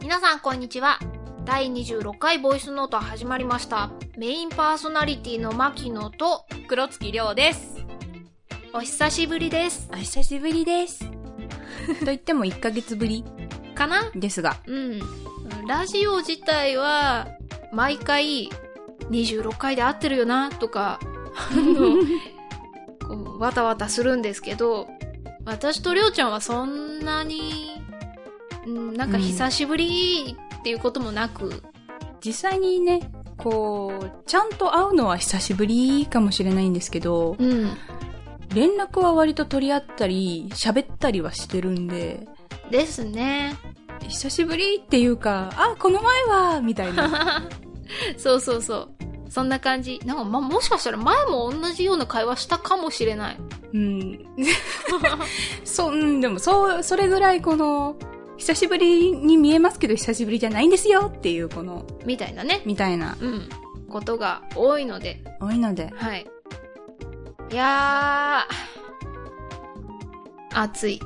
皆さんこんにちは第26回ボイスノート始まりましたメインパーソナリティの牧野と黒月亮です。お久しぶりですお久しぶりです。と言っても1ヶ月ぶりかなですが。うんラジオ自体は毎回26回で合ってるよなとかあ のこうわたわたするんですけど私とりょうちゃんはそんなに、うん、なんか久しぶりっていうこともなく、実際にね、こう、ちゃんと会うのは久しぶりかもしれないんですけど、うん、連絡は割と取り合ったり、喋ったりはしてるんで、ですね久しぶりっていうか、あ、この前は、みたい な。そうそうそう。そんな感じ。なんか、ま、もしかしたら前も同じような会話したかもしれない。うん。 そう、うん、でも、そう、それぐらいこの、久しぶりに見えますけど久しぶりじゃないんですよっていう、この、みたいなね。みたいな、うん。ことが多いので。多いので、はい。いやー。暑い。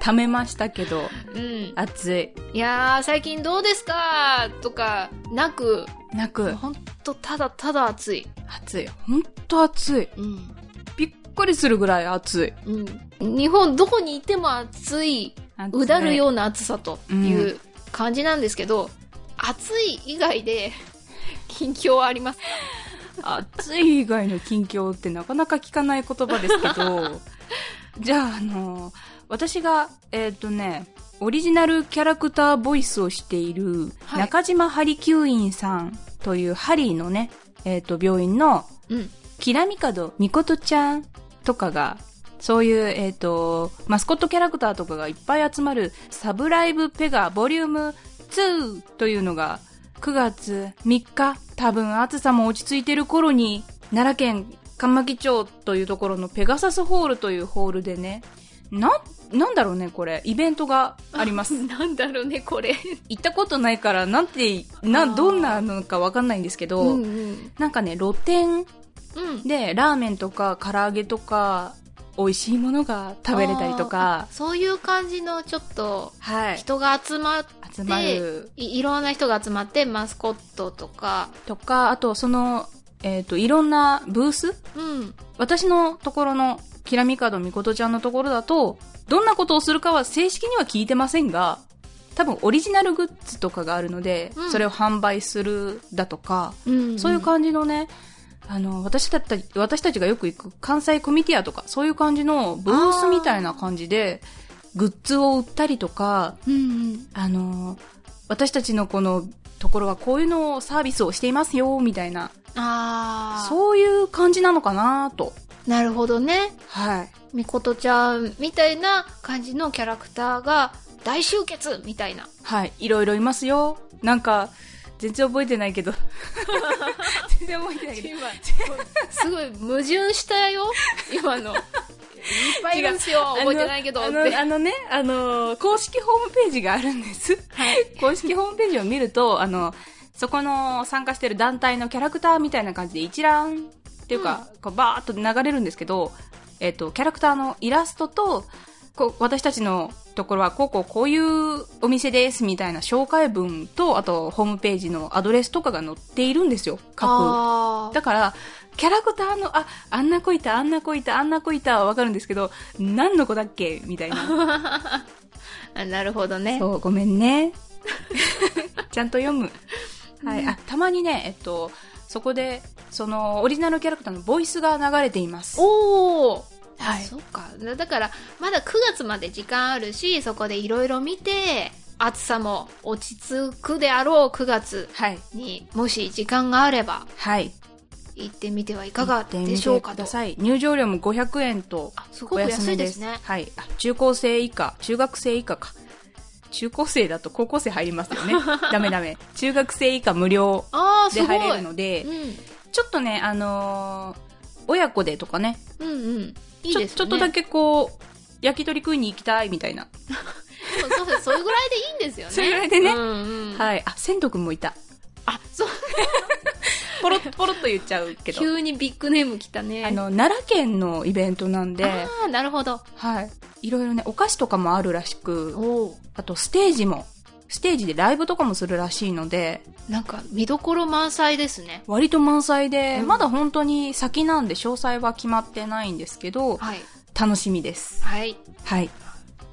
溜めましたけど、うん。暑い。いやー、最近どうですかとか、なく、なく、ほんとただただ暑い。暑い。ほんと暑い。うん。びっくりするぐらい暑い。うん。日本どこにいても暑い。うだるような暑さという感じなんですけど、暑い以外 で近況はあります。暑い以外の近況ってなかなか聞かない言葉ですけ ど、じゃあ、あの、私が、えっ、とね、オリジナルキャラクターボイスをしている、はい中島ハリキューインさんというハリーのね、えっ、と、病院の、うん。キラミカドミコトちゃんとかが、そういう、えっ、と、マスコットキャラクターとかがいっぱい集まる、サブライブペガボリューム2というのが、9月3日、多分暑さも落ち着いてる頃に、奈良県上牧町というところのペガサスホールというホールでね、な、なんだろうね、これ、イベントがあります。 なんだろうね、これ。行ったことないから、なんて、な、あーどんなのかわかんないんですけど、うんうん。なんかね、露店うん。で、ラーメンとか唐揚げとか、美味しいものが食べれたりとか、そういう感じのちょっと、はい。人が集まっ集まてる、いいろんな人が集まって、マスコットとか、とか、あと、その、えっ、と、いろんなブースうん。私のところの、きらみかどみことちゃんのところだと、どんなことをするかは正式には聞いてませんが、多分オリジナルグッズとかがあるので、うんそれを販売するだとか、うんそういう感じのね、あの、私だったり、私たちがよく行く関西コミティアとか、そういう感じのブースみたいな感じで、グッズを売ったりとか、じ。うんあの、私たちのこのところはこういうのをサービスをしていますよ、みたいな、うん。ああ。そういう感じなのかなと。なるほどね。はい。みことちゃんみたいな感じのキャラクターが大集結みたいな。はい。いろいろいますよ。なんか、全然覚えてない けど。全然覚えてないけど。すごい矛盾したよ、今の。いっぱいいるんですよ、覚えてないけどっあて。のあのね、あの、公式ホームページがあるんです。公式ホームページを見ると、あの、そこの参加してる団体のキャラクターみたいな感じで一覧っていうか、こうバーっと流れるんですけど、えっと、キャラクターのイラストと、こう私たちのところはこうこうこういうお店ですみたいな紹介文と、あとホームページのアドレスとかが載っているんですよ、各あーだから、キャラクターの、あ、あんな子いた、あんな子いた、あんな子いたはわかるんですけど、何の子だっけみた いな。あなるほどね。そう、ごめんね。 ちゃんと読む。はい。あ、たまにね、えっと、そこで、その、オリジナルキャラクターのボイスが流れています。おーはいそっか。だだから、まだ9月まで時間あるし、そこでいろいろ見て、暑さも落ち着くであろう9月はい。に、もし時間があれば、はい。行ってみてはいかが行ってみでてしょうかくとだ。さい。入場料も500円とあ、すごおく安安めいで。ですすね。はい。あ中高生以下、中学生以下か。中高生だと高校生入りますよね。ダメダメ。中学生以下無料ああ、すでごい。入れるのでう、ん。ちょっとね、あのー親子でとかねうんうん。いいちょですね。ちょっとだけこう、焼き鳥食いに行きたいみたいな。そうそうそう、それぐらいでいいんですよね。 それぐらいでねうんうん。はい。あ、仙斗くんもいた。あ、そう、ポロ ッポロッと言っちゃうけど。急にビッグネーム来たね。あの、奈良県のイベントなんで、ああ、なるほど。はい。いろいろね、お菓子とかもあるらしく、おお。あとステージもステージでライブとかもするらしいので、なんか見どころ満載ですね。割と満載で、うんまだ本当に先なんで詳細は決まってないんですけど、はい。楽しみです。はい。はい。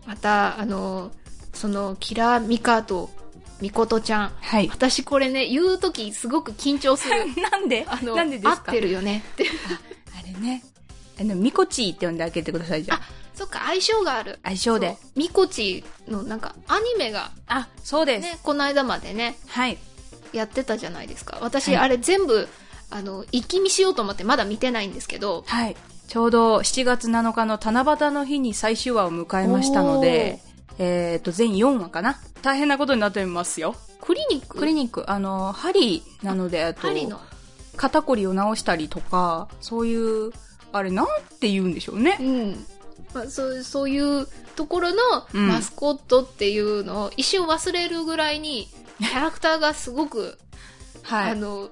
また、あの、その、キラミカとミコトちゃん。はい。 私これね、言うときすごく緊張す る。なんであの、なんでです合かってるよねって。あれね。あの、ミコチーって呼んであげてください、じゃあ。そっか、相性がある。相性で。そう。ミコチのなんかアニメがあ、そうです。ね、この間までね、はい。やってたじゃないですか。私、はいあれ全部、あの、一気見しようと思ってまだ見てないんですけど、はい。ちょうど7月7日の七夕の日に最終話を迎えましたので、えっ、と、全4話かな。大変なことになってますよ。クリニッククリニック、あの、針なので、あと、針の。肩こりを治したりとか、そういう、あれなんて言うんでしょうねう。ん。まあ、そうそういうところのうんマスコットっていうのを一瞬忘れるぐらい に、キャラクターがすごく、はあい。の、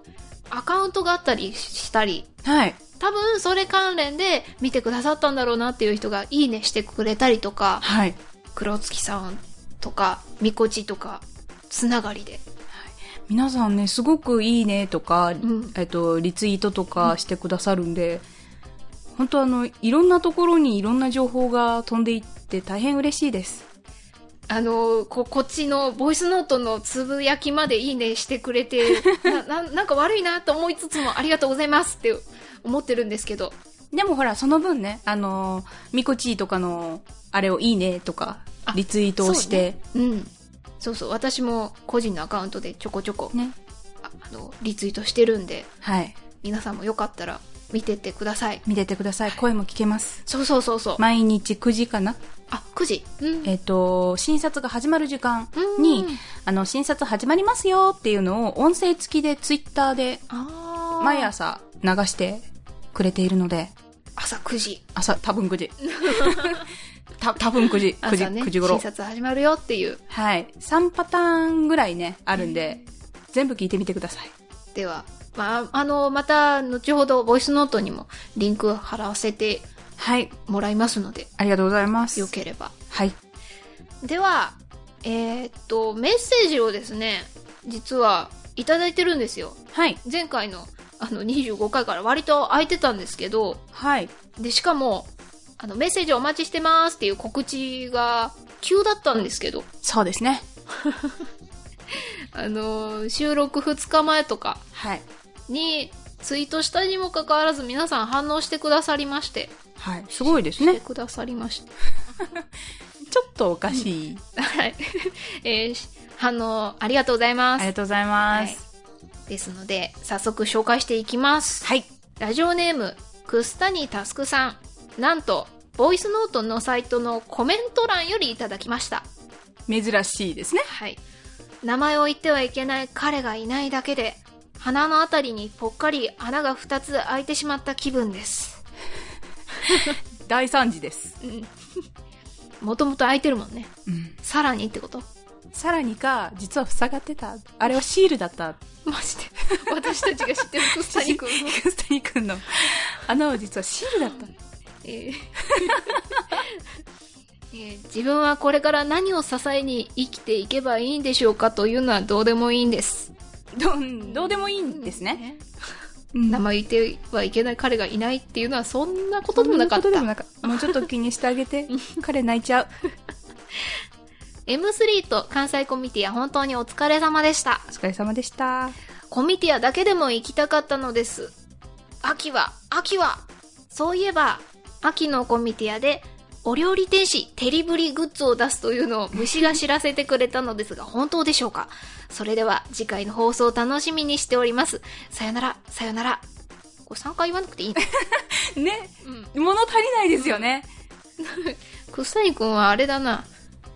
アカウントがあったりしたり、はい。多分それ関連で見てくださったんだろうなっていう人がいいねしてくれたりとか、はい。黒月さんとか、みこちとか、つながりで。皆さんね、すごくいいねとか、んえっと、リツイートとかしてくださるんで、本当あの、いろんなところにいろんな情報が飛んでいって大変嬉しいです。あのこ、こっちのボイスノートのつぶやきまでいいねしてくれて、 な、ななんか悪いなと思いつつもありがとうございますって思ってるんですけど、でもほら、その分ね、あのー、ミコチーとかの、あれをいいねとかあ、リツイートをして、うん。そうそう、私も個人のアカウントでちょこちょこ、ねああの、リツイートしてるんで、はい。皆さんもよかったら見てってください。見ててください。声も聞けます。そうそうそうそう。毎日9時かなあ、9時。うん。えっ、と、診察が始まる時間うんに、あの、診察始まりますよっていうのを音声付きでツイッターであー毎朝流してくれているので、朝9時。朝、多分9時。 た多分9時、9時、朝ね、 9時診頃。察始まるよっていう。はい。3パターンぐらいね、あるんで、全部聞いてみてください。では、まあ、あの、また、後ほど、ボイスノートにもリンク貼らせてはい。もらいますので、ありがとうございます。よければ。はい。では、えーっと、メッセージをですね、実はいただいてるんですよ。はい。前回の、あの、25回から割と空いてたんですけど、はい。で、しかも、あの、メッセージお待ちしてますっていう告知が、急だったんですけど、そうですね。あのー収録2日前とかはい。にツイートしたにもかかわらず皆さん反応してくださりまして、はい。すごいですしてね。くださりまして。 ちょっとおかしい。はい。えーし反応ありがとうございまありす。がとうございます。ですので、早速紹介していきます。はい。ラジオネーム、くすたにたすくさん。なんと、ボイスノートのサイトのコメント欄よりいただきました。珍しいですね。はい。名前を言ってはいけない彼がいないだけで、鼻のあたりにぽっかり穴が2つ開いてしまった気分です。大惨事です。もともと開いてるもんね。うん。さらにってことさらにか、実は塞がってた。あれはシールだった。マジで。私たちが知ってるくすたにくん の。クスタニ君の穴は実はシールだった。 えーえー自分はこれから何を支えに生きていけばいいんでしょうかというのはどうでもいいんです。どん、どうでもいいんですね。うん名前言ってはいけない彼がいないっていうのはそんなことでもなかっそんたなことでも。なかったもうちょっと気にしてあげて。彼泣いちゃう。 M3 と関西コミティア本当にお疲れ様でした。お疲れ様でした。コミティアだけでも行きたかったのです。秋は、秋はそういえば、秋のコミティアで、お料理天使テリブリグッズを出すというのを虫が知らせてくれたのですが、 本当でしょうかそれでは次回の放送を楽しみにしております。さよなら、さよなら。これ3回言わなくていいのね、うん。物足りないですよね。くさいくんはあれだな。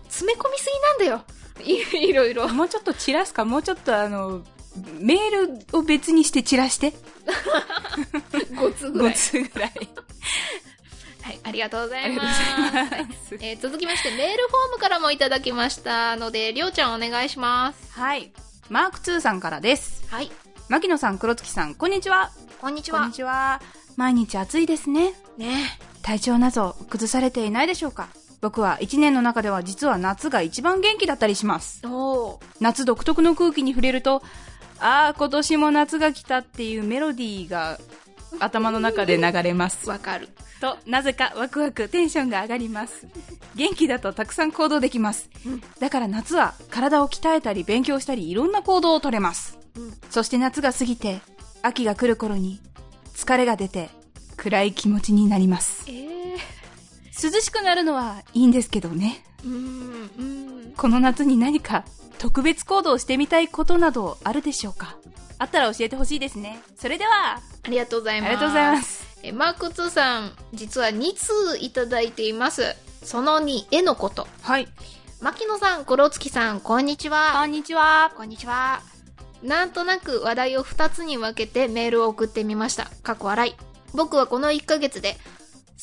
詰め込みすぎなんだよ。いい ろいろ。もうちょっと散らすか、もうちょっとあの、メールを別にして散らして。 5つぐら5い。つぐらい。はい、ありがとうござあいりがます。とうございます。えー続きまして、メールフォームからもいただきましたので、りょうちゃんお願いします。はい。マーク2さんからです。はい、牧野さん、黒月さん、こんにちは。こんにちこんはに。ちは。毎日暑いですね。ね体調など崩されていないでしょうか僕は一年の中では実は夏が一番元気だったりします。おー夏独特の空気に触れると、ああ、今年も夏が来たっていうメロディーが頭の中で流れます。わかる。と、なぜかワクワクテンションが上がります。元気だとたくさん行動できますうん。だから夏は体を鍛えたり勉強したりいろんな行動をとれます。うん。そして夏が過ぎて、秋が来る頃に疲れが出て暗い気持ちになります。ええ涼しくなるのはいいんですけどね。ー。うん、うん。この夏に何か特別行動をしてみたいことなどあるでしょうかあったら教えてほしいですね。それでは、ありがとうござあいります。がとうございます。えマーク2さん、実は2通いただいています。その2、絵のこと。はい。牧野さん、コロツキさん、こんにちは。んにちは。こんにちは。なんとなく話題を2つに分けてメールを送ってみました。過去笑い。僕はこの1ヶ月で、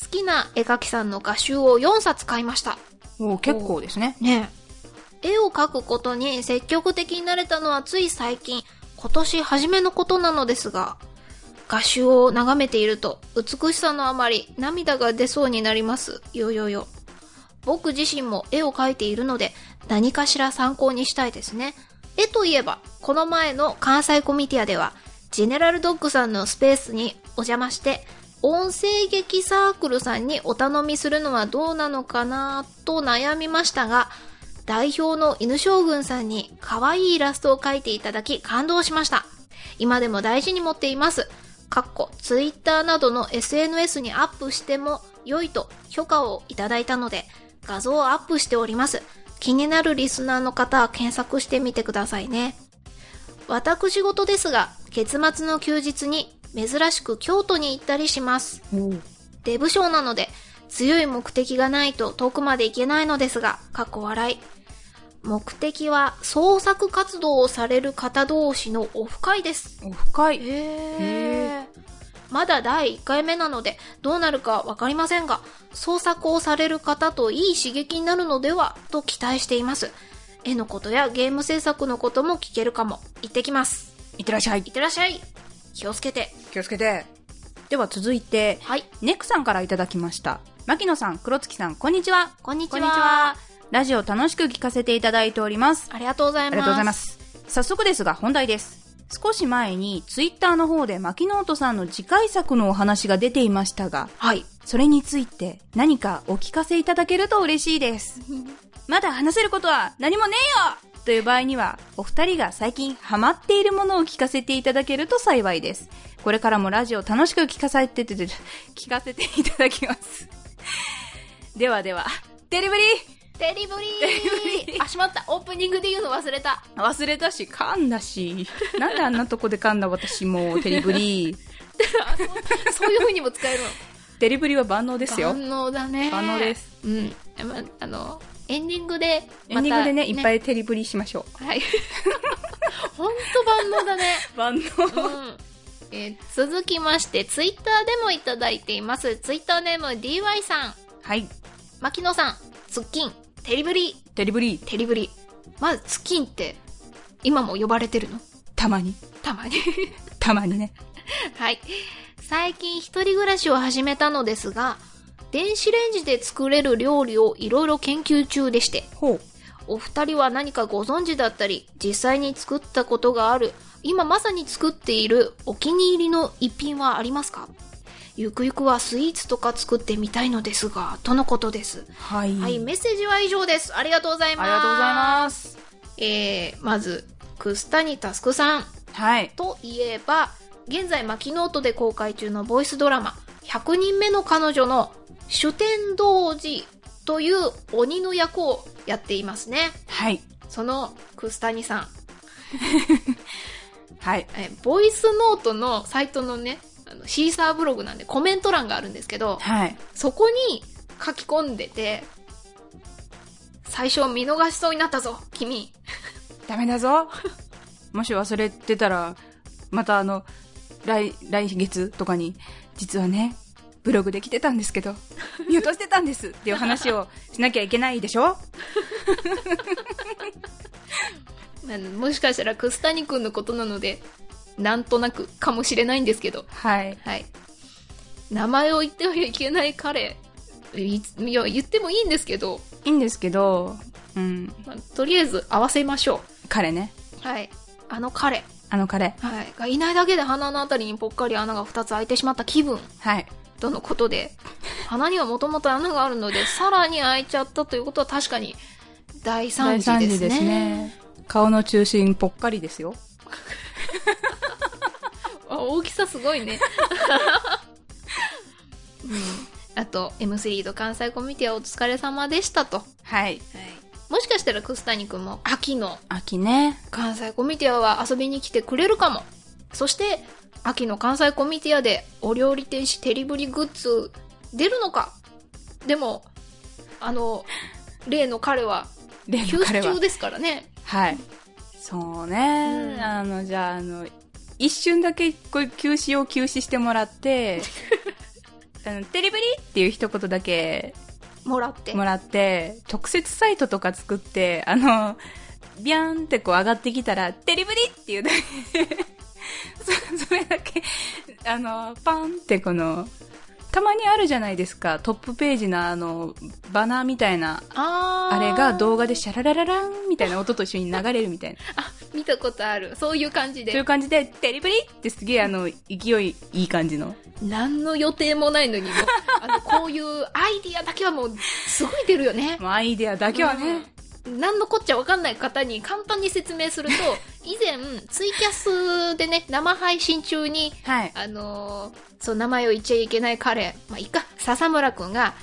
好きな絵描きさんの画集を4冊買いました。おー結構ですね。ねえ。絵を描くことに積極的になれたのはつい最近、今年初めのことなのですが、画集を眺めていると、美しさのあまり涙が出そうになります。よよよ。僕自身も絵を描いているので、何かしら参考にしたいですね。絵といえば、この前の関西コミティアでは、ジェネラルドッグさんのスペースにお邪魔して、音声劇サークルさんにお頼みするのはどうなのかなと悩みましたが、代表の犬将軍さんに可愛いイラストを描いていただき感動しました。今でも大事に持っています。かっこ、ツイッターなどの SNS にアップしても良いと許可をいただいたので、画像をアップしております。気になるリスナーの方は検索してみてくださいね。私事ですが、月末の休日に珍しく京都に行ったりします。デブ症なので、強い目的がないと遠くまで行けないのですが、過去笑い。目的は創作活動をされる方同士のオフ会です。お深い。へーまだ第1回目なので、どうなるかわかりませんが、創作をされる方といい刺激になるのでは、と期待しています。絵のことやゲーム制作のことも聞けるかも。行ってきます。いってらっしゃいいっ。てらっしゃい。気をつけて。気をつけて。では続いて、はい。ネクさんからいただきました。牧野さん、黒月さん、こんにちは。こんにちは。ラジオ楽しく聞かせていただいております。ありがとうございあます。りがとうございま。す。早速ですが、本題です。少し前に、ツイッターの方で、牧ノートさんの次回作のお話が出ていましたが、はい。それについて何かお聞かせいただけると嬉しいです。まだ話せることは何もねえよという場合には、お二人が最近ハマっているものを聞かせていただけると幸いです。これからもラジオ楽しく聞かさててて、聞かせていただきます。ではでは、デリブリデリブリーデリブリあ、しまった。オープニングで言うの忘れ た。ー忘れたし、噛んだし。なんであんなとこで噛んだ私も、デリブリー。そういう風にも使えるの。デリブリーは万能ですよ。万能だね。万能で。すうん。まあの、エンディングで、エンディングでね、いっぱい。いデリブリーしましょはい。 ほんと万能 だね。う。万う能。ん。えー続きまして、ツイッターでもいただいています。ツイッターネーム DY さん、 はい。牧野さん、ツッキン、テリブリ、デリブリー、テリブリ。まず、ツッキンって、今も呼ばれてるのたまに。た まに。たまにね。はい。最近一人暮らしを始めたのですが、電子レンジで作れる料理をいろいろ研究中でして、ほう。お二人は何かご存知だったり、実際に作ったことがある、今まさに作っているお気に入りの一品はありますかゆくゆくはスイーツとか作ってみたいのですが、とのことです。はい。はい、メッセージは以上です。ありがとうございまあす。りがとうございます。す。えー、まず、クスタニタスクさん。はい。といえば現在マキノートで公開中のボイスドラマ「100人目の彼女」の主天童子という鬼の役をやっていますねはい。その楠谷さんはい。えボイスノートのサイトのねあのシーサーブログなんでコメント欄があるんですけどはい。そこに書き込んでて最初見逃しそうになったぞ君ダメだぞ。 もし忘れてたら、またあの、来、来月とかに、実はね、ブログで来てたんですけど、見落としてたんですっていう話をしなきゃいけないでしょあのもしかしたら楠谷くんのことなのでなんとなくかもしれないんですけどはい。はい。名前を言ってはいけない彼いついや言ってもいいんですけど、いいんですけど、うん、まあとりあえず合わせましょ彼ね。う。はい。あの彼、あの彼。はい、がいないだけで鼻のあたりにぽっかり穴が2つ開いてしまった気分はい。とのことで、鼻にはもともと穴があるので、さらに開いちゃったということは確かに大惨事ですね。ね。顔の中心ぽっかりですよ。あ大きさすごい ね。うん、あと、M3 と関西コミュニティはお疲れ様でしたと。はい。もしかしたら楠谷くんも秋の秋ね。関西コミュニティアは遊びに来てくれるかも。そして、秋の関西コミュニティアでお料理天使テリブリグッズ出るのかでも、あの、例の彼 は例休の彼止は中。ですからね。はい。そうね。うんあの、じゃあ、あの、一瞬だけこういう休止を休止してもら って、あのテレブリっていう一言だけもらって。もらって、特設サイトとか作って、あの、ビャーンってこう上がってきたら、テレブリっていうだけ そ、それだけ、あの、パンってこの、たまにあるじゃないですか、トップページのあの、バナーみたいな、あーあれが動画でシャラララランみたいな音と一緒に流れるみたいな。あ、見たことある。そういう感じそういうで。感じで、テレブリってすげえあの、勢いいい感じの。何の予定もないのにも、あの、こういうアイディアだけはもう、すごい出るよね。もうアイデアだけはね、うん何のこっちゃわかんない方に簡単に説明 すると以前ツイキャスでね生配信中にはい。あのーそう名前を言っちゃいけない彼まあいっか笹村くんが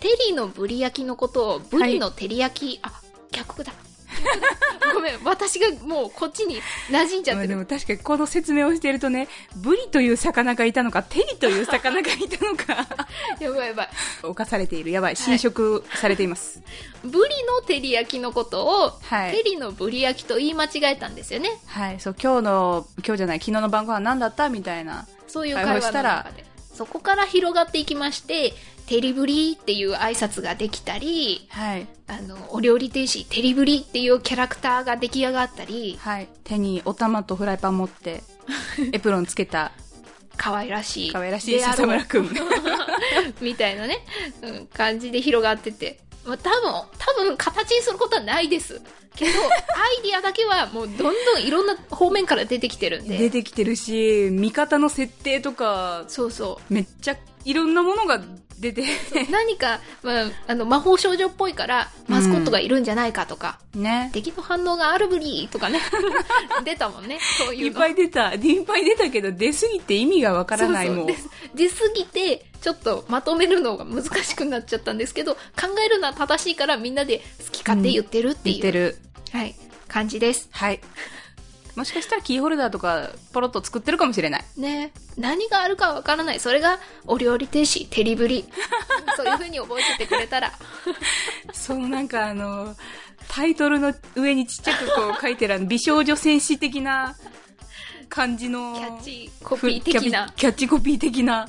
テリのブリ焼きのことをブリの照り焼き、あ逆だ 逆だごめん私がもうこっちに馴染んじゃまっあてでるも確かにこの説明をしてるとね、ブリという魚がいたのか、テリという魚がいたの か、やばいやばい犯されている。やばい。侵食されています。ブリの照り焼きのことを、はいテリのブリ焼きと言い間違えたんですよねはい。そう、今日の、今日じゃない、昨日の晩ご飯何だったみたいな。そういう会話の中で。そこから広がっていきまして、テリブリっていう挨拶ができたり、はい。あの、お料理天使テリブリっていうキャラクターが出来上がったり、はい。手にお玉とフライパン持 って、エプロンつけた、可愛らしい。可愛らしいであろう笹村 くん。 みたいなね、うん感じで広がってて。まあ、多分、多分形にすることはないです。けど、アイディアだけはもうどんどんいろんな方面から出てきてるん出で。てきてるし、味方の設定とか、そうそう。めっちゃいろんなものが出て、何か、まあ、あの、魔法少女っぽいから、マスコットがいるんじゃないかとか、ね。敵の反応があるぶりとかね出たもんねそうい いうっのぱい出た。いっぱい出たけど、出すぎて意味がわからないそうもそうう。です出すぎてちょっとまとめるのが難しくなっちゃったんですけど考えるのは正しいからみんなで好き勝手言ってるって言っいう、てる。はい、感じですはい。もしかしたらキーホルダーとか、ポロッと作ってるかもしれない。ね何があるかわからないそれがお料理天使テリブ リそういうふうに覚えててくれたらそのなんかあの、タイトルの上にちっちゃくこう書いてる あの、美少女戦士的な感じの。キャッチコピー的なキャピキャッチコピー的な。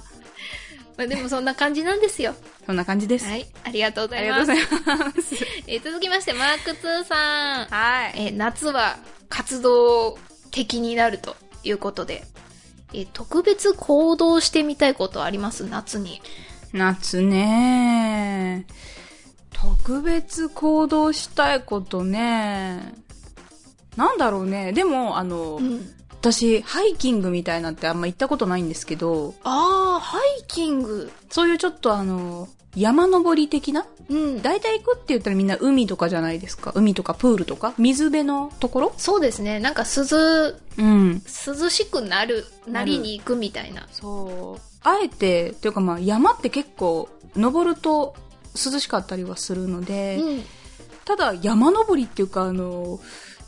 まあでもそんな感じなんですよそんな感じです。はいありがとうごあざりいがとうますございます。えー続きましてマーク2さんは。えー夏は活動的になるということで、えー特別行動してみたいことあります夏に。夏ね特別行動したいことねなんだろうねでもあの、ん。私ハイキングみたいなってあんま行ったことないんですけどああ、ハイキング。そういうちょっとあの山登り的なうん。大体行くって言ったらみんな海とかじゃないですか海とかプールとか水辺のところそうですね。なんか涼、うん涼しくなる、なりに行くみたいな。そうあえてというかまあ山って結構登ると涼しかったりはするのうで、ん。ただ山登りっていうかあの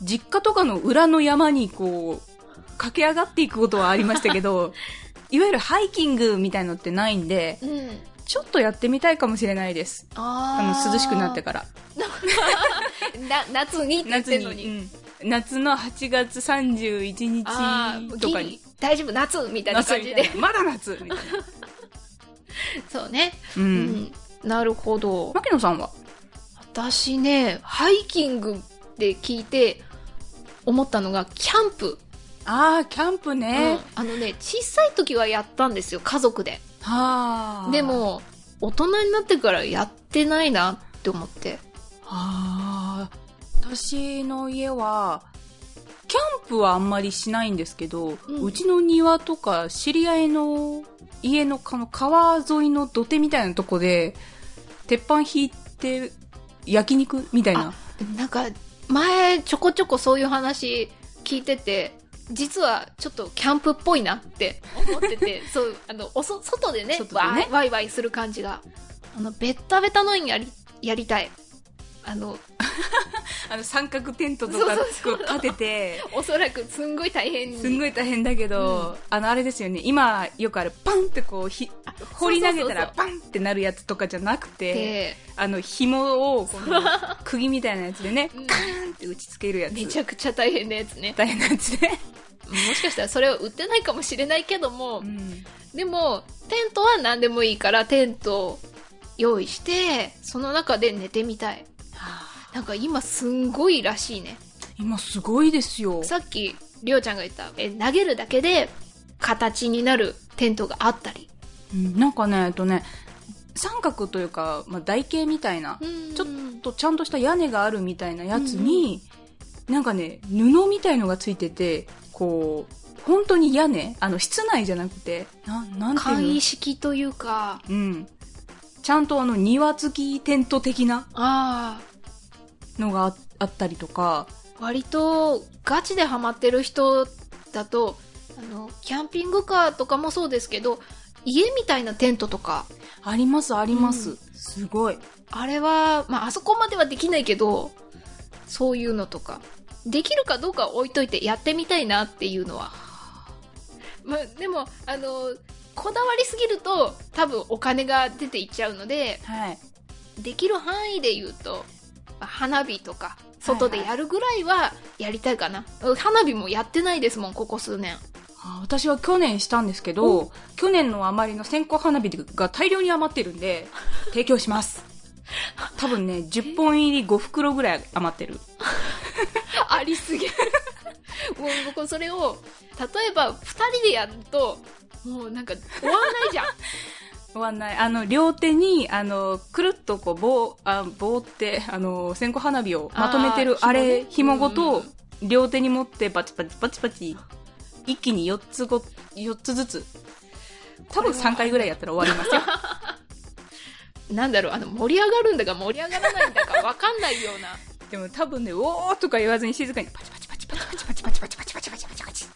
実家とかの裏の山にこう駆け上がっていくことはありました けどいわゆるハイキングみたいのってないんでうん。ちょっとやってみたいかもしれないですあああ。の涼しくなってからな、夏にって言ってん夏にのに。うん夏の8月31ああ、日とギかリに。大丈夫、夏みたいな夏感みじたいで。な まだ夏みたいな、そうね。うんうん。なるほど。牧野さんは私ねハイキングって聞いて思ったのがキャンプ、ああキャンプね、うんあのね小さい時はやったんですよ家族ではあでも大人になってからやってないなって思って。ああ、私の家は、キャンプはあんまりしないんですけど、うんちの庭とか知り合いの家のこの川沿いの土手みたいなとこで、鉄板引いて焼肉みたいな。なんか、前、ちょこちょこそういう話聞いてて、実はちょっとキャンプっぽいなって思って て、そう、あの、おそ、外でね、外でねわーいワイワイする感じが。あの、ベッタベタのやり、やりたい。あの、あの三角テントとそうかそうこう立てて、おそらくすんごい大変に。 すんごい。い大変だけど、あのあれですよね、今よくあるパンってこうひ、掘り投げたらそうパンってなるやつとかじゃなくて、で、あの紐をこの釘みたいなやつでね、うんカーンって打ち付けるやつ。めちゃくちゃ大変なやつね。大変なやつで。もしかしたらそれは売ってないかもしれないけども、でも、テントは何でもいいから、テントを用意して、その中で寝てみたい。なんか今すんごいらしいね。今すごいですよ。さっき、りょうちゃんが言った、え投げるだけで形になるテントがあったり。うんなんかね、えっとね、三角というか、まあ、台形みたいな、ちちょょっっとちゃんとした屋根があるみたいなやつに、なんかね、布みたいのがついてて、こう、本当に屋根あの、室内じゃなくて、ななんとて簡いう易の式というか、うん。ちゃんとあの、庭付きテント的なああ、のがああったりとか、割とガチでハマってる人だと、あの、キャンピングカーとかもそうですけど、家みたいなテントとか、あります、あります。うんすごい。あれは、まあ、あそこまではできないけど、そういうのとか。できるかどうかは置いといてやってみたいなっていうのは。まあ、でも、あの、こだわりすぎると多分お金が出ていっちゃうので、はい。できる範囲で言うと、まあ花火とか、外でやるぐらいはやりたいかな。うん花火もやってないですもん、ここ数年。あ私は去年したんですけど、去年の余りの線香花火が大量に余ってるん で、提供します。多分ね、10本入り5袋ぐらい余ってる。ありすぎる。 もう僕それを、例えば二人でやると、もうなんか終わらないじゃん。 終わんない。あの、両手に、あの、くるっとこう、棒、あ棒って、あの、線香花火をまとめてるあーあれ、紐紐ねごうとん、両手に持って、バチバチバチバチ、一気に4つご、4つずつ。多分3回ぐらいやったら終わりますよ。なんだろう、あの、盛り上がるんだか盛り上がらないんだかわかんないような。でも多分ね、おーとか言わずに静かに、パチパチパチパチパチパチパチパチパチパチパチパチパチ。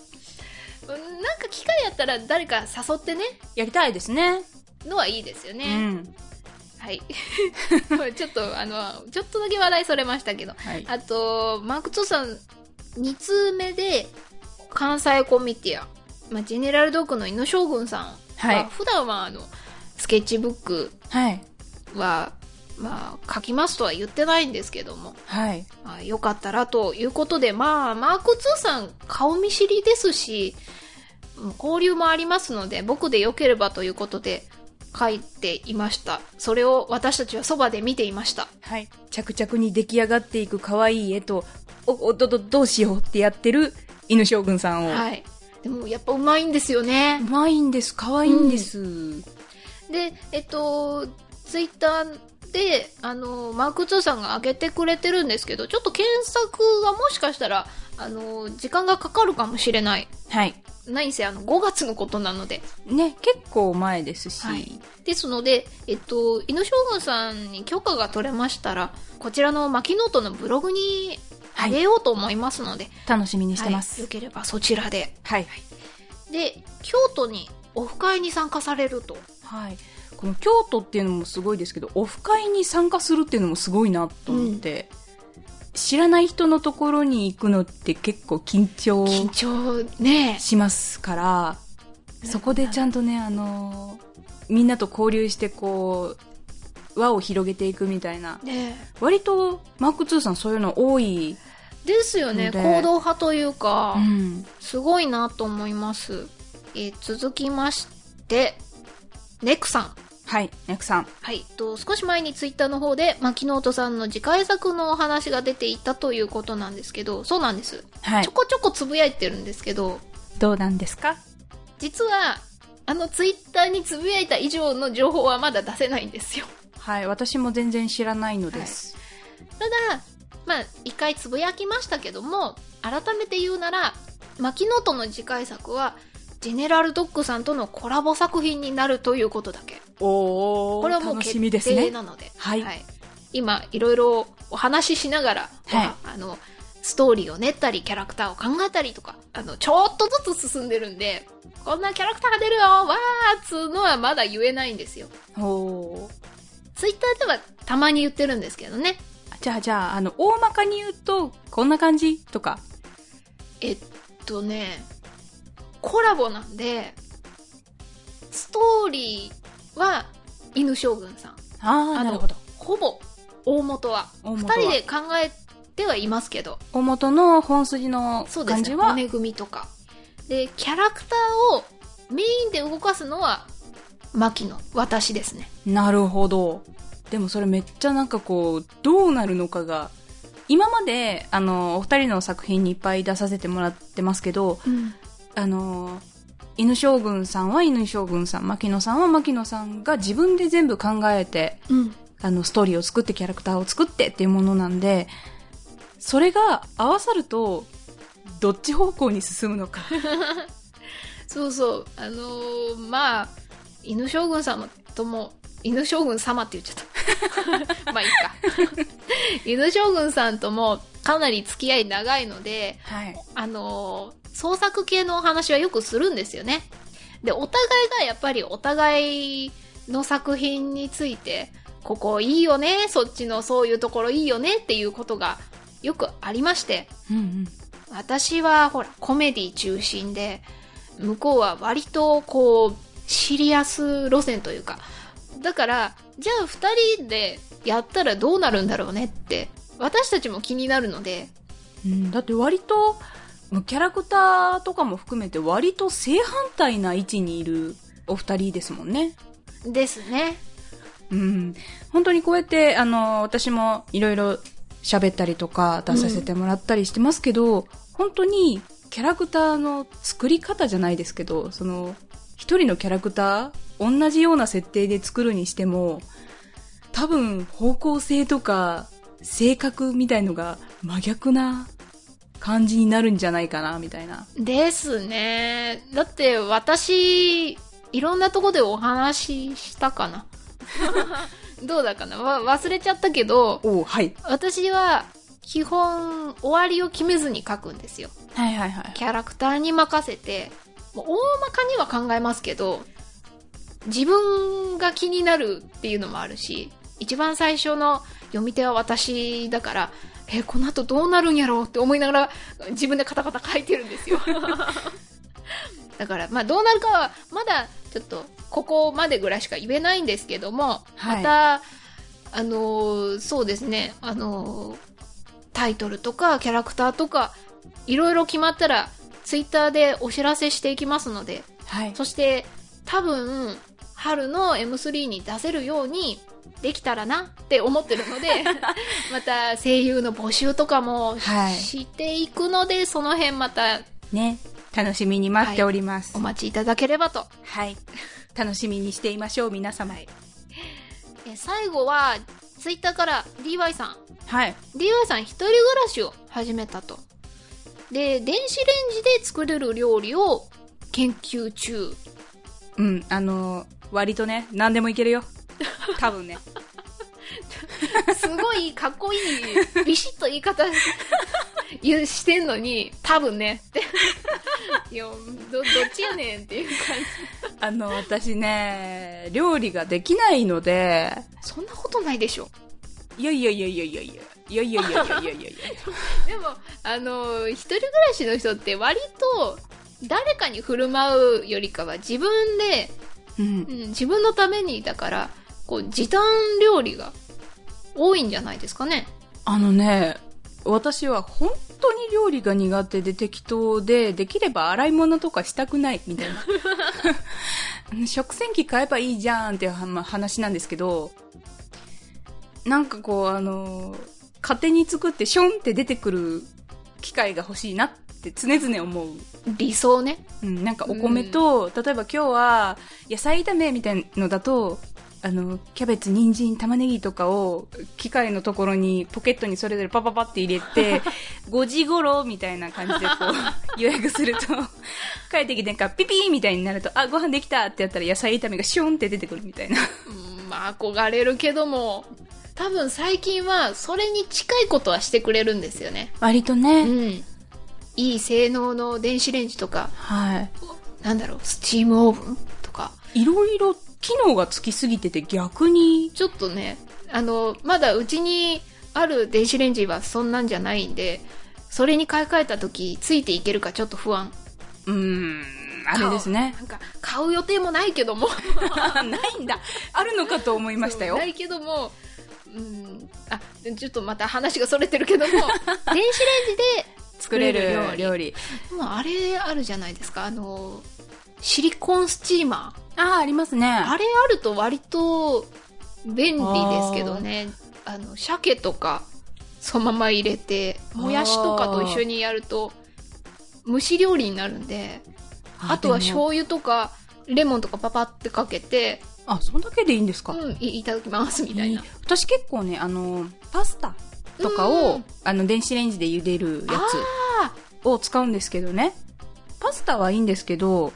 うんなんか機会あったら誰か誘ってね、やりたいですね。のはいいですようね。ん。はい。 ちょっと、あの、ちょっとだけ話題それましたけど。はい。あと、マーク2さん、2通目で、関西コミティア、まあ、ジェネラルドッグの猪将軍さんははい普段は、あの、スケッチブックはい。は、まあ、書きますとは言ってないんですけども、はい。まあ、よかったらということで、まあ、マーク2さん顔見知りですし、うん交流もありますので、僕で良ければということで書いていました。それを私たちはそばで見ていました。はい。着々に出来上がっていく可愛い絵と、お、お、ど、ど、どうしようってやってる犬将軍さんを。い。はい。でもやっぱうまいんですようね。まいんです。可愛いんです。で、えっと、ツイッターで、あの、マーク2さんが上げてくれてるんですけど、ちょっと検索がもしかしたら、あの、時間がかかるかもしれない。はい。何せあの、5月のことなので。ね、結構前ですし。はい、ですので、えっと、井野将軍さんに許可が取れましたらこちらのマキノートのブログにあげようと思いますので、楽しみにしてまはいすよ。ければそちらではい。で京都にオフ会に参加されるとはい。この京都っていうのもすごいですけど、オフ会に参加するっていうのもすごいなと思って、知らない人のところに行くのって結構緊張緊張ねしますから、そこでちゃんとね、あのーみんなと交流してこう、輪を広げていくみたいな。ね割と、マーク2さんそういうの多い。ですよねで行動派というか、ん。すごいなと思います、えー続きましてネクさんはい、ネクさん。はい、えっと少し前にツイッターの方で牧野音さんの次回作のお話が出ていたということなんですけどそうなんです、はちょ。こちょこつぶやいてるんですけどどうなんですか実はあのツイッターにつぶやいた以上の情報はまだ出せないんですよ。はい、私も全然知らないのです。ただ、まあ、一回つぶやきましたけども、改めて言うなら、マキノートの次回作は、ジェネラルドッグさんとのコラボ作品になるということだけ。おお、これはもう楽決しみです定ね。なので。はい今、いろいろお話ししながら、はいまああの、ストーリーを練ったり、キャラクターを考えたりとか、あの、ちょっとずつ進んでるんで、こんなキャラクターが出るよわーっつうのはまだ言えないんですよ。おおー。ツイッターではたまに言ってるんですけどね。じゃあじゃあ、あの、大まかに言うと、こんな感じとか。えっとね、コラボなんで、ストーリーは犬将軍さん。あああ、のなるほど。ほぼ大元は。大二元は人で考えてはいますけど。大元の本筋のそうです感ね。じは、骨組みとか。で、キャラクターをメインで動かすのは、牧野、私ですね。なるほど。でもそれめっちゃなんかこう、どうなるのかが、今まで、あの、お二人の作品にいっぱい出させてもらってますけど、あの、犬将軍さんは犬将軍さん、牧野さんは牧野さんが自分で全部考えて、うん。あの、ストーリーを作って、キャラクターを作ってっていうものなんで、それが合わさると、どっち方向に進むのか。そうそう。あのーまあ、犬将軍様とも、犬将軍様って言っちゃった。まあいいか。犬将軍さんともかなり付き合い長いので、はい。あのー創作系のお話はよくするんですよね。で、お互いがやっぱりお互いの作品について、ここいいよね、そっちのそういうところいいよねっていうことがよくありまして、うんうん。私はほらコメディ中心で向こうは割とこうシリアス路線というかだからじゃあ2人でやったらどうなるんだろうねって私たちも気になるのでうん、だって割ともうキャラクターとかも含めて割と正反対な位置にいるお二人ですもんね。ですねうん、本当にこうやってあの私もいろいろ喋ったりとか出させてもらったりしてますけど、本当にキャラクターの作り方じゃないですけどその一人のキャラクター同じような設定で作るにしても多分方向性とか性格みたいのが真逆な感じになるんじゃないかなみたいな。ですねだって私いろんなとこでお話ししたか などうだかなわ忘れちゃったけどおうはい。私は基本終わりを決めずに書くんですよはいはいはい。キャラクターに任せて、もう大まかには考えますけど、自分が気になるっていうのもあるし、一番最初の読み手は私だから、え、この後どうなるんやろうって思いながら自分でカタカタ書いてるんです よ。だから、まあどうなるかは、まだちょっとここまでぐらいしか言えないんですけども、はいまた、あのーそうですね、あのータイトルとかキャラクターとか、いろいろ決まったら、ツイッターでお知らせしていきますので、はい。そして、多分、春の M3 に出せるようにできたらなって思ってるので、 また声優の募集とかもはいしていくので、その辺またね。楽しみに待っております。お待ちいただければと。はい。 楽しみにしていましょう、皆様。はい。え最後は、ツイッターから DY さん、はい。 DY さん一人暮らしを始めたと。で、電子レンジで作れる料理を研究中。うん、あのー割とね、何でもいけるよ。 多分ね。すごいかっこいい、ビシッと言い方言うしてんのに、多分ねって。いや、ど、どっちやねんっていう感あの、私ね、料理ができないので、じ。そんなことないでしょ。いやいやいやいやいやいや。いやいやいやいやいやいやいや。でも、あの、一人暮らしの人って割と、誰かに振る舞うよりかは自分で、うんう。ん、自分のためにだから、こう、時短料理が多いんじゃないですかね。あのね、私は本当に料理が苦手で適当で、できれば洗い物とかしたくない、みたいな。あの 食洗機買えばいいじゃんっていうはまあ話なんですけど、なんかこう、あの、勝手に作ってションって出てくる機械が欲しいなっって常々思う。理想ね。うん、なんかお米と、例えば今日は野菜炒めみたいのだと、あの、キャベツ、人参、玉ねぎとかを機械のところにポケットにそれぞれパパパって入れ て、5時頃みたいな感じでこ う予約すると、帰ってきてなんかピピーみたいになると、あ、ご飯できたってやったら野菜炒めがシュンって出てくるみたいな。うん、まあ憧れるけども、多分最近はそれに近いことはしてくれるんですよね。割とうね。ん。いい性能の電子レンジとか、はい。なんだろう、スチームオーブンとか、いろいろ機能がつきすぎてて逆に、ちょっとね、あの、まだうちにある電子レンジはそんなんじゃないんで、それに買い替えた時、ついていけるかちょっと不安。うーん、あれですね買。うなんか、買う予定もないけども。 ないんだ。 あるのかと思いましたよそう。ないけども、うん、あ、ちょっとまた話がそれてるけ ども、電子レンジで作れる料作れ理る料もうあれあるじゃないですかあのシリコンスチーマーああありますねあれあると割と便利ですけどねあの鮭とかそのまま入れてもやしとかと一緒にやると蒸し料理になるんであとはでも醤油とかレモンとかパパってかけて、あそんだけでいいんですか、うん、いいただきますみたいな、えー私結構ねあのパスタとかうをんあの電子レンジで茹でるやあつを使うんですけどねパスタはいいんですけど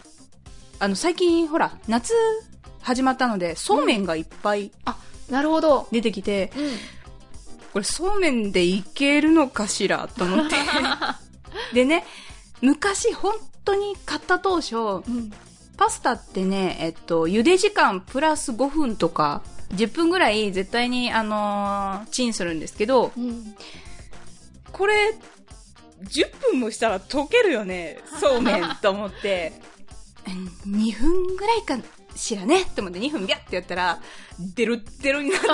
あの最近ほら夏始まったのでそうめんがいっぱいなるほど、出てきて、うん、これそうめんでいけるのかしらと思ってでね昔本当に買った当初、うんパスタってね、えっと、茹で時間プラス5分とか、10分ぐらい絶対に、あのーチンするんですけど、うんこれ、10分もしたら溶けるよね、そうめんと思 って、うん2分ぐらいかしらね、と思って2分ビャってやったら、デロッデロ になって、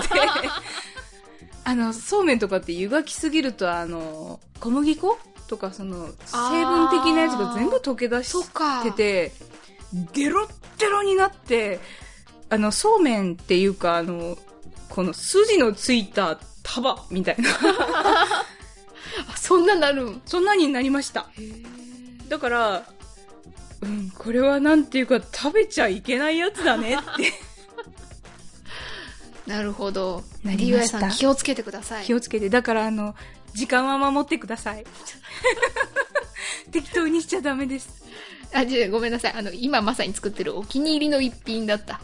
あの、そうめんとかって湯がきすぎると、あの、小麦粉とか、その、成分的なやつが全部溶け出しそっかってて、デロッデロになって、あの、そうめんっていうか、あの、この筋のついた束みたいな、 あそんななるんそんなになりました。だから、うん、これはなんていうか食べちゃいけないやつだねって。なるほどなりました DY さん気をつけてください 気をつけて、だからあの、時間は守ってください。 適当にしちゃダメです。あ、じゃあごめんなさい。あの、今まさに作ってるお気に入りの一品だった。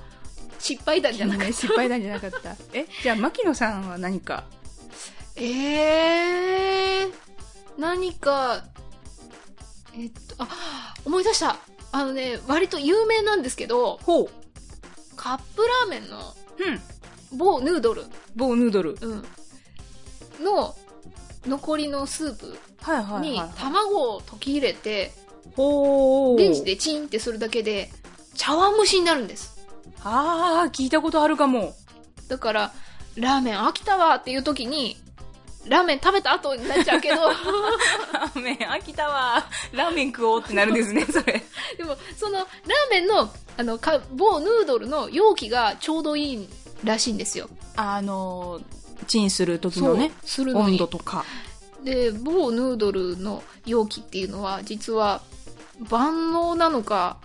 失敗談じゃなくて。失敗なんじゃなかった。え、じゃあ、牧野さんは何かえー、何か、えっと、あ、思い出した。あのね、割と有名なんですけど、ほう。カップラーメンのうん。某ヌードル、棒ヌードル。うん、の残りのスープはいはに卵を溶き入れて、ほう。レンジでチンってするだけで、茶碗蒸しになるんです。ああ、聞いたことあるかも。だから、ラーメン飽きたわっていう時に、ラーメン食べた後になっちゃうけ ど、ラーメン飽きたわ。ラーメン食おうってなるん ですね、それ。でも、その、ラーメンの、あの、か某ヌードルの容器がちょうどいいらしいんですよ。あの、チンする時そのう、ね、するの温に度。とか。で、某ヌードルの容器っていうのは、実は、万能なのか、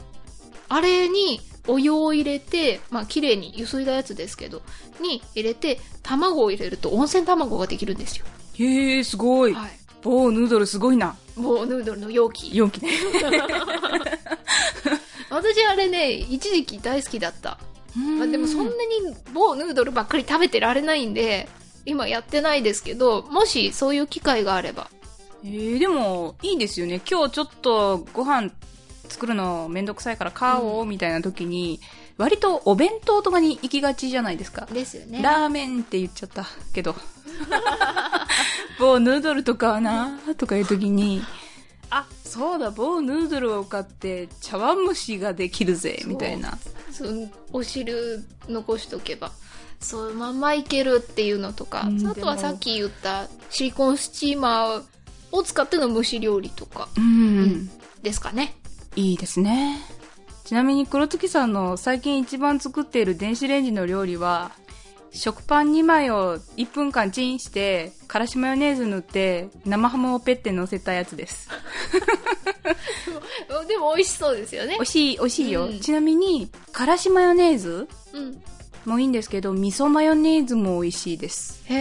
あれに、お湯を入れて、まあ、綺麗に、ゆすいだやつですけど、に入れて、卵を入れると温泉卵ができるんですよ。へえ、すごい。はい。棒ヌードルすごいな。某ヌードルの容器。容器ね。私あれね一時期大好きだった、まあ、でもそんなに某ヌードルばっかり食べてられないんで今やってないですけどもしそういう機会があればえー、でも、いいですよね。今日ちょっとご飯作るのめんどくさいから買おうみたいな時に、割とお弁当とかに行きがちじゃないですか。ですよねラーメンって言っちゃったけ ど。棒ヌードルとかはなーとかいう時に、あ、そうだ、棒ヌードルを買って茶碗蒸しができるぜ、そうみたいな。そうお汁残しとけばそのまんまいけるっていうのとか、うんあとはでもさっき言ったシリコンスチーマーを使っての蒸し料理とかうん。うんですかねいいですね。ちなみに黒月さんの最近一番作っている電子レンジの料理は、食パン2枚を1分間チンして、からしマヨネーズ塗って、生ハムをペッて乗せたやつです。でも美味しそうですよね美味。しい、美味しいよ。うんちなみに、からしマヨネーズうん。もいいんですけど、味噌マヨネーズも美味しいです。へ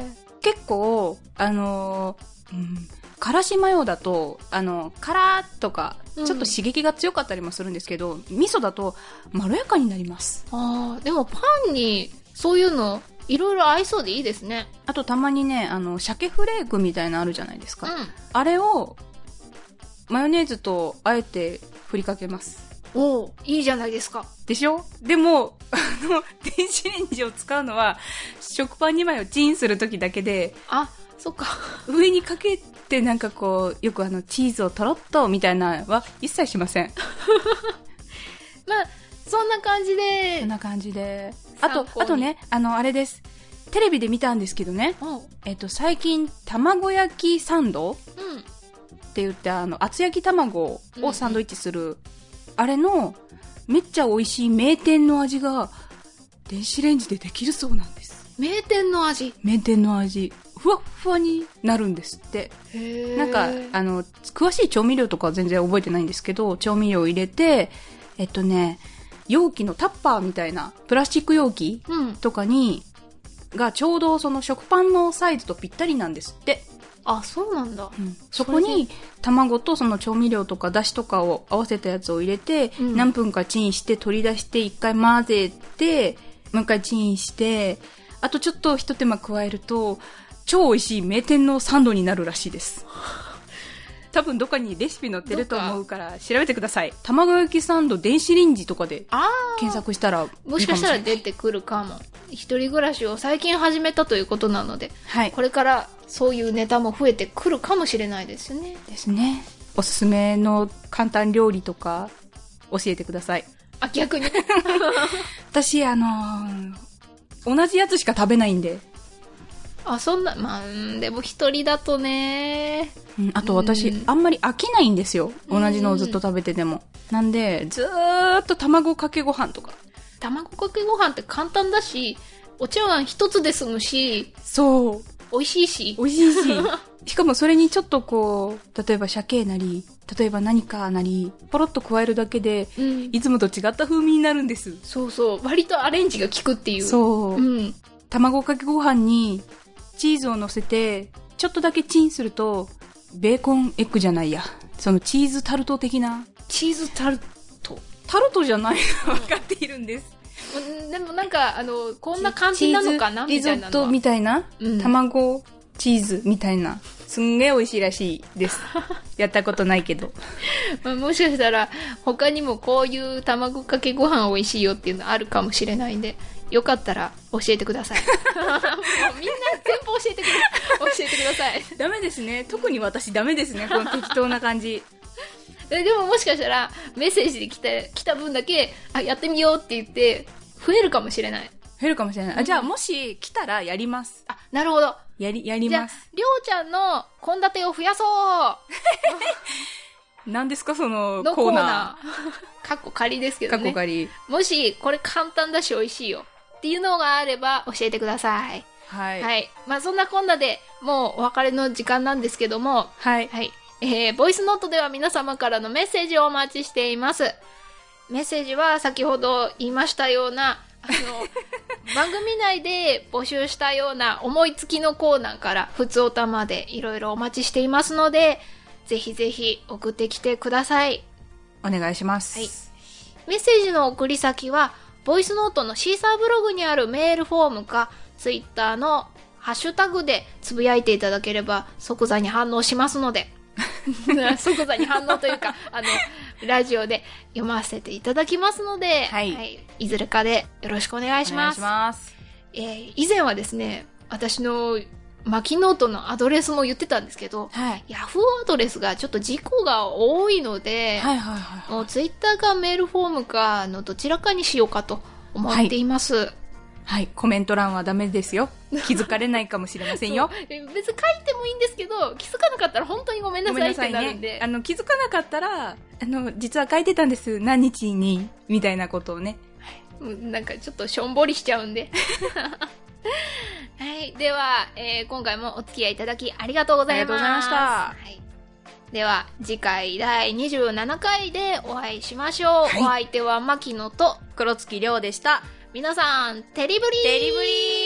え。結構、あのーうん、からしマヨだと、あの、からーとか、ちうんょっと刺激が強かったりもするんですけど、味噌だと、まろやかになります。ああ、でもパンにそういうのいろいろ合いそうでいいですね。あとたまにね、あの、鮭フレークみたいなのあるじゃないですうか。ん。あれを、マヨネーズとあえて振りかけます。おお、いいじゃないですか。でしょでも、あの、電子レンジを使うのは、食パン2枚をチンするときだけで、あ、そっか。 上にかけてなんかこう、よくあの、チーズをとろっとみたいなのは一切しません。まあ、そんな感じこでん。な感じで。あと参考、にあとね、あの、あれです。テレビで見たんですけどね、うん。えっと、最近、卵焼きサンドうん。って言って、あの、厚焼き卵うんうをんサンドイッチする、あれの、めっちゃ美味しい名店の味が、電子レンジでできるそうなんです。名店の味。名店の味、ふわっふわになるんですって。へえ。なんか、あの、詳しい調味料とかは全然覚えてないんですけど、調味料を入れて、えっとね、容器のタッパーみたいな、プラスチック容器うん。とかに、がちょうどその食パンのサイズとぴったりなんですって。あ、そうなんだ。そこに卵とその調味料とか出汁とかを合わせたやつを入れて、うん何分かチンして取り出して一回混ぜて、もう一回チンして、あとちょっと一手間加えると、超美味しい名店のサンドになるらし いです。多分どっかにレシピ載ってると思うから調べてください。卵焼きサンド電子レンジとかであ検索したらいいかあ、ももししれかなしい。たら出てくるかも。一人暮らしを最近始めたということなので、はい。これからそういうネタも増えてくるかもしれないですね。ですね。おすすめの簡単料理とか教えてください。あ、逆 に。私、あのー同じやつしか食べないんで。あ、そんな、まあ、うんでも一人だとね。うんあと私、うんあんまり飽きないんですよ。同じのをずっと食べてても。なんで、ずーっと卵かけご飯とか。卵かけご飯って簡単だし、お茶碗一つで済むし、そう。美味しいし。美味しいし。 しかもそれにちょっとこう、例えば鮭なり、例えば何かなり、ポロッと加えるだけで、うん。いつもと違った風味になるんです。そうそう。割とアレンジが効くっていう。う。そう。うん。卵かけご飯にチーズを乗せて、ちょっとだけチンすると、ベーコンエッグじゃないや。そのチーズタルト的な。チーズタルト。タルトじゃないの分かっているんです。うんでもなんか、あの、こんな感じなのかなチーみズたいリゾなのットは。みたいな、うん卵、チーズみたいな。すんげえ美味しいらしい です。やったことないけど。まあもしかしたら、他にもこういう卵かけご飯美味しいよっていうのあるかもしれないんで、よかったら教えてくだ さい。もうみんな全部教えてくだ教えてください。ダメですね。特に私ダメですね。この適当な感じ。えでももしかしたらメッセージで来た来た分だけあやってみようって言って増えるかもしれない減るかもしれない。あ、じゃあもし来たらやります。あなるほどやり、やりじゃあます。りょうちゃんの献立を増やそう何ですかそののココーーナナーかっこ仮ですけー。ど過去ね狩り。もしこれ簡単だし美味しいよっていうのがあれば教えてくださいは。はいい、まあそんなこんなでもうお別れの時間なんですけどもはい。はい。えー、ボイスノートでは皆様からのメッセージをお待ちしています。メッセージは先ほど言いましたような、あ の、番組内で募集したような思いつきのコーナーから、ふつおたまでいろいろお待ちしていますので、ぜひぜひ送ってきてください。お願いします。はいメッセージの送り先は、ボイスノートのシーサーブログにあるメールフォームか、ツイッターのハッシュタグでつぶやいていただければ即座に反応しますの で、即座に反応というか、あの、ラジオで読ませていただきますので、はいい、いずれかでよろしくお願いしお願まいすし。ます。えー以前はですね、私のマキノートのアドレスも言ってたんですけど、はい。ヤフーアドレスがちょっと事故が多いので、はいはいはい。もうツイッターかメールフォームかあのどちらかにしようかと思っています。はい。コメント欄はダメですよ。気づかれないかもしれませんよそ。うえ別に書いてもいいんですけど、気づかなかったら本当にごめんなごめさんいなっさていなるんねで。。あの、気づかなかったら、あの、実は書いてたんです。何日に、みたいなことをね。うんなんかちょっとしょんぼりしちゃうんで。 はい。では、えー今回もお付き合いいただきありがとうございます。ありがとうございましたはいでは次回第27回でお会いしましょう、はいお相手は牧野と黒月亮でした。皆さんテリブリーデリブリー